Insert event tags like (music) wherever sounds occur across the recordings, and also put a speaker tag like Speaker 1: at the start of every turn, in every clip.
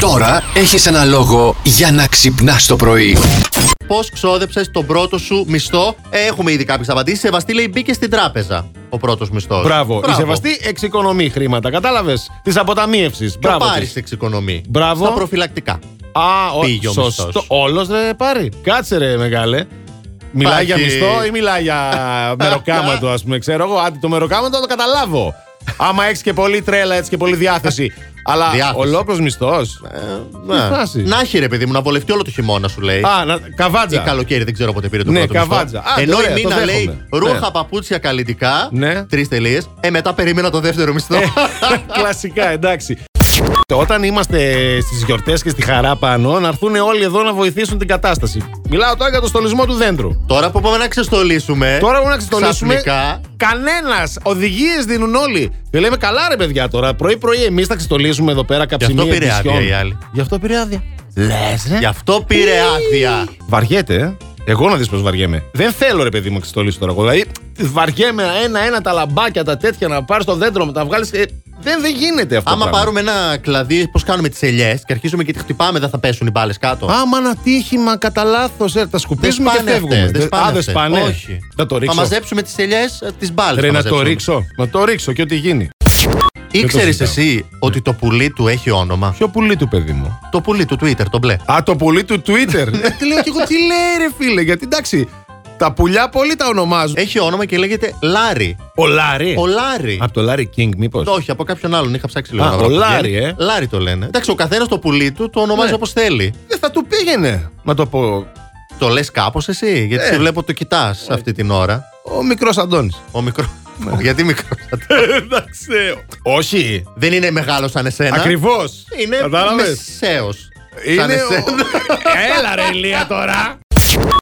Speaker 1: Τώρα έχεις ένα λόγο για να ξυπνάς το πρωί.
Speaker 2: Πώς ξόδεψες τον πρώτο σου μισθό. Ε, Έχουμε ήδη κάποιες απαντήσεις. Σεβαστή λέει μπήκε στην τράπεζα ο πρώτος μισθός.
Speaker 3: Μπράβο. Η σεβαστή εξοικονομεί χρήματα. Κατάλαβες. Της αποταμίευσης.
Speaker 2: Το
Speaker 3: Μπράβο.
Speaker 2: πάρει
Speaker 3: της.
Speaker 2: εξοικονομή.
Speaker 3: Μπράβο.
Speaker 2: Στα προφυλακτικά.
Speaker 3: Α,
Speaker 2: Πήγε ο
Speaker 3: ο, σωστό.
Speaker 2: μισθός.
Speaker 3: Όλος ρε πάρει. Κάτσε ρε, μεγάλε.
Speaker 2: Υπάρχει-
Speaker 3: Μιλάει για μισθό ή μιλάει για μεροκάματο, ας πούμε. Ξέρω εγώ. Άντε το μεροκάματο το καταλάβω. Άμα έχεις και πολύ τρέλα, έτσι και πολύ διάθεση. Αλλά
Speaker 2: Διάθεση.
Speaker 3: ολόκληρος μισθός.
Speaker 2: Ναι. Να έχει ρε παιδί μου, να βολευτεί όλο το χειμώνα σου λέει.
Speaker 3: Α, να,
Speaker 2: Ή
Speaker 3: καβάτζα.
Speaker 2: καλοκαίρι, δεν ξέρω πότε πήρε το
Speaker 3: Ναι,
Speaker 2: πρώτο μισθό.
Speaker 3: καβάτζα. Άντε,
Speaker 2: Ενώ
Speaker 3: ωραία,
Speaker 2: η
Speaker 3: το
Speaker 2: Μίνα
Speaker 3: δέχομαι.
Speaker 2: λέει
Speaker 3: Ναι.
Speaker 2: ρούχα, παπούτσια, καλλιτικά.
Speaker 3: Ναι.
Speaker 2: Τρεις τελείες. Ε, μετά περίμενα το δεύτερο μισθό.
Speaker 3: Ε, Κλασικά, εντάξει. Όταν είμαστε στις γιορτές και στη χαρά πάνω, να έρθουν όλοι εδώ να βοηθήσουν την κατάσταση. Μιλάω τώρα για το στολισμό του δέντρου.
Speaker 2: (laughs) Τώρα που πάμε να ξεστολίσουμε.
Speaker 3: Τώρα που να ξεστολίσουμε.
Speaker 2: Ξαφνικά.
Speaker 3: Κανένας! Οδηγίες δίνουν όλοι. Δεν λέμε καλά, ρε παιδιά τώρα. Πρωί-πρωί εμείς θα ξεστολίσουμε εδώ πέρα κάποια
Speaker 2: αυτό πήρε άδεια οι άλλοι.
Speaker 3: Γι' αυτό πήρε άδεια. Λες, ρε.
Speaker 2: Γι' αυτό πήρε άδεια.
Speaker 3: Βαριέται, ε. Εγώ να δεις πώς βαριέμαι. Δεν θέλω, ρε παιδί μου, να ξεστολίσω τώρα. εγώ. Δηλαδή, βαριέμαι ένα-ένα τα λαμπάκια, τα τέτοια να πάρεις το δέντρο μου, τα βγάλεις. δεν, δεν γίνεται αυτό.
Speaker 2: Άμα
Speaker 3: πράγμα.
Speaker 2: πάρουμε ένα κλαδί, πώς κάνουμε τις ελιές και αρχίζουμε και τη χτυπάμε, δεν θα πέσουν οι μπάλες κάτω.
Speaker 3: Άμα ένα τύχημα κατά λάθος, ε, τα σκουπίζουμε και
Speaker 2: σπάνε
Speaker 3: φεύγουμε.
Speaker 2: αυτές, δεν
Speaker 3: Δε-
Speaker 2: σπάνε
Speaker 3: Α, δεν
Speaker 2: αυτές.
Speaker 3: σπάνε.
Speaker 2: Όχι.
Speaker 3: Να το
Speaker 2: Θα
Speaker 3: ρίξω.
Speaker 2: μαζέψουμε ε, τις ελιές, τις μπάλες.
Speaker 3: Ρε, να το ρίξω. Να το ρίξω και ό,τι γίνει.
Speaker 2: Ήξερε
Speaker 3: συζητάω.
Speaker 2: εσύ ότι το πουλί του έχει όνομα.
Speaker 3: Ποιο πουλί του, παιδί μου.
Speaker 2: Το πουλί του Twitter, το μπλε.
Speaker 3: Α, το πουλί του Twitter. Ε, τι λέω και εγώ, τι λέει, ρε φίλε. Γιατί εντάξει, τα πουλιά πολύ τα ονομάζουν.
Speaker 2: Έχει όνομα και λέγεται Λάρι.
Speaker 3: Ε, Ο Λάρι.
Speaker 2: Ο Λάρι.
Speaker 3: Από το Λάρι Κίνγκ, μήπω.
Speaker 2: Το Όχι, από κάποιον άλλον. Είχα ψάξει λίγο.
Speaker 3: Α,
Speaker 2: να βρω
Speaker 3: ο
Speaker 2: πώς
Speaker 3: Λάρι,
Speaker 2: βγαίνει.
Speaker 3: ε.
Speaker 2: Λάρι το λένε. Εντάξει, ο καθένας το πουλί του το ονομάζει
Speaker 3: Ναι.
Speaker 2: όπως θέλει.
Speaker 3: Δεν θα του πήγαινε. Να το πω.
Speaker 2: Το λες κάπως εσύ, γιατί
Speaker 3: Ε. Ναι.
Speaker 2: σε βλέπω το κοιτάς αυτή την ώρα.
Speaker 3: Ο μικρός Αντώνης.
Speaker 2: Ο μικρό. (laughs) Γιατί μικρός.
Speaker 3: (laughs) εντάξει. Ε, Όχι.
Speaker 2: Δεν είναι μεγάλος σαν εσένα.
Speaker 3: Ακριβώς.
Speaker 2: Είναι μεσαίος.
Speaker 3: Είναι ο- Έλα ρε Ηλία τώρα.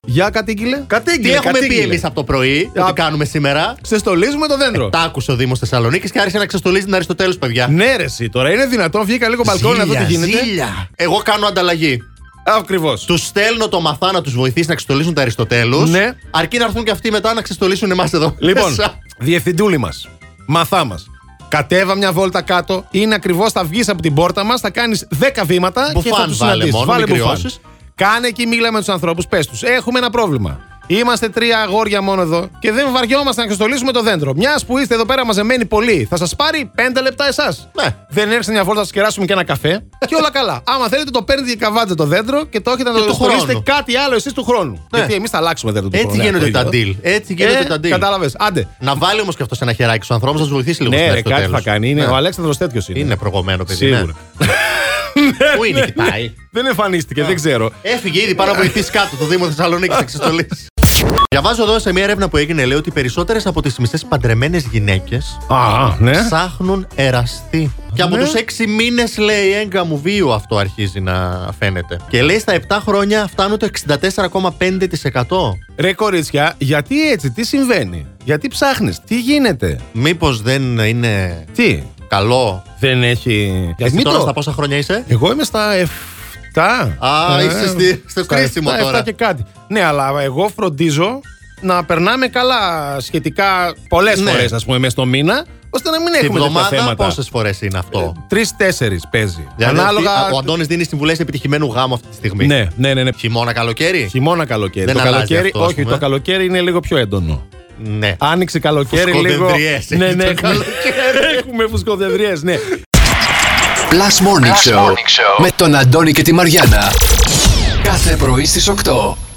Speaker 3: Για κατήγγειλε. Κατήγγειλε.
Speaker 2: Τι έχουμε πει
Speaker 3: κατήγγειλε.
Speaker 2: εμείς από το πρωί,
Speaker 3: Α.
Speaker 2: τι κάνουμε σήμερα. Ε,
Speaker 3: Ξεστολίζουμε το δέντρο.
Speaker 2: Τα άκουσε ο Δήμος Θεσσαλονίκης και άρχισε να ξεστολίζει την Αριστοτέλους, παιδιά.
Speaker 3: Ναι, ρε, εσύ, τώρα είναι δυνατόν. Βγήκα λίγο μπαλκόνι να δω τι γίνεται.
Speaker 2: ζήλια. Εγώ κάνω ανταλλαγή.
Speaker 3: Ακριβώς.
Speaker 2: Τους στέλνω το μαθά να του βοηθήσει να ξεστολίσουν τα Αριστοτέλους.
Speaker 3: Ναι.
Speaker 2: Αρκεί να έρθουν και αυτοί μετά να ξεστολίσουν εμάς εδώ.
Speaker 3: Λοιπόν,
Speaker 2: μέσα.
Speaker 3: διευθυντούλη μας, μαθά μας. Κατέβα μια βόλτα κάτω, είναι ακριβώς, θα βγεις από την πόρτα μας, θα κάνεις 10 βήματα και
Speaker 2: Μπουφάν
Speaker 3: θα τους
Speaker 2: βάλε
Speaker 3: συναντήσεις.
Speaker 2: μόνο, μην κρυώσεις.
Speaker 3: Κάνε εκεί μίλα με τους ανθρώπους, πες τους. Έχουμε ένα πρόβλημα. Είμαστε τρία αγόρια μόνο εδώ και δεν βαριόμαστε να ξεστολίσουμε το δέντρο. Μιας που είστε εδώ πέρα μαζεμένοι πολύ, θα σας πάρει 5 λεπτά εσάς.
Speaker 2: Ναι.
Speaker 3: Δεν έρχεστε μια βόλτα να σας κεράσουμε και ένα καφέ και όλα καλά. Άμα θέλετε, το παίρνετε και καβάτζα το δέντρο και το έχετε να
Speaker 2: Και
Speaker 3: το
Speaker 2: του
Speaker 3: ξεστολίσετε
Speaker 2: χρόνου.
Speaker 3: κάτι άλλο εσείς του χρόνου.
Speaker 2: Ναι.
Speaker 3: Γιατί εμείς θα αλλάξουμε δέντρο του
Speaker 2: Έτσι
Speaker 3: χρόνου.
Speaker 2: γίνονται
Speaker 3: Ναι,
Speaker 2: τα
Speaker 3: το Ε,
Speaker 2: deal. Έτσι γίνονται τα deal.
Speaker 3: Κατάλαβες. Άντε.
Speaker 2: Να βάλει όμως και αυτός ένα χεράκι στους ανθρώπους, να τους βοηθήσει λίγο
Speaker 3: Ναι,
Speaker 2: στην
Speaker 3: ρε, κάτι
Speaker 2: Αριστοτέλους.
Speaker 3: θα κάνει. Είναι,
Speaker 2: Ναι.
Speaker 3: Ο Αλέξανδρος τέτοιος είναι.
Speaker 2: Είναι προγωμένο παιδί. ναι.
Speaker 3: Σίγουρα. Ε, ναι.
Speaker 2: Πού είναι, κοιτάει.
Speaker 3: Δεν εμφανίστηκε, δεν ξέρω.
Speaker 2: Έφυγε ήδη πάνω να βοηθήσει κάτω το Δήμο
Speaker 3: (laughs)
Speaker 2: Θεσσαλονίκης να ξεστολίσει. Διαβάζω εδώ σε μια έρευνα που έγινε, λέει ότι περισσότερες από τις μισές παντρεμένες γυναίκες
Speaker 3: Α, ναι.
Speaker 2: ψάχνουν εραστή. Και από
Speaker 3: Ναι.
Speaker 2: τους 6 μήνες, λέει, έγκαμου βίου αυτό αρχίζει να φαίνεται. Και λέει στα 7 χρόνια φτάνουν το 64,5%.
Speaker 3: Ρε κορίτσια, γιατί έτσι, τι συμβαίνει, γιατί ψάχνεις, τι γίνεται,
Speaker 2: Μήπως δεν είναι
Speaker 3: τι.
Speaker 2: καλό.
Speaker 3: Δεν έχει.
Speaker 2: Εσύ
Speaker 3: Μην
Speaker 2: τώρα
Speaker 3: το-
Speaker 2: στα πόσα χρόνια είσαι.
Speaker 3: Εγώ είμαι στα 7.
Speaker 2: Α, είσαι στη- στο
Speaker 3: στα
Speaker 2: κρίσιμο
Speaker 3: εφτά,
Speaker 2: τώρα.
Speaker 3: εφτά και κάτι. Ναι, αλλά εγώ φροντίζω να περνάμε καλά σχετικά πολλές
Speaker 2: Ναι.
Speaker 3: φορές φορέ, ας πούμε, μέσα στο μήνα, ώστε να μην
Speaker 2: Την
Speaker 3: έχουμε τέτοια
Speaker 2: εβδομάδα
Speaker 3: θέματα.
Speaker 2: πόσες φορές είναι αυτό.
Speaker 3: Τρει-τέσσερι παίζει.
Speaker 2: Δηλαδή,
Speaker 3: Ανάλογα.
Speaker 2: Ο Αντώνης δίνει συμβουλές επιτυχημένου γάμου αυτή τη στιγμή.
Speaker 3: Ναι, ναι, ναι, ναι.
Speaker 2: Χειμώνα, καλοκαίρι.
Speaker 3: Χειμώνα καλοκαίρι.
Speaker 2: Δεν
Speaker 3: το
Speaker 2: αλλάζει
Speaker 3: καλοκαίρι,
Speaker 2: αυτό, ας
Speaker 3: όχι,
Speaker 2: πούμε.
Speaker 3: το καλοκαίρι είναι λίγο πιο έντονο.
Speaker 2: Ναι.
Speaker 3: Άνοιξε καλοκαίρι λίγο.
Speaker 2: Φουσκοδεντριές
Speaker 3: Ναι,
Speaker 2: έχει
Speaker 3: ναι,
Speaker 2: το
Speaker 3: έχουμε- έχουμε φουσκοδεντριές, ναι.
Speaker 1: Plus Morning, Show, με τον Αντώνη και τη Μαριάνα. Κάθε πρωί στις 8.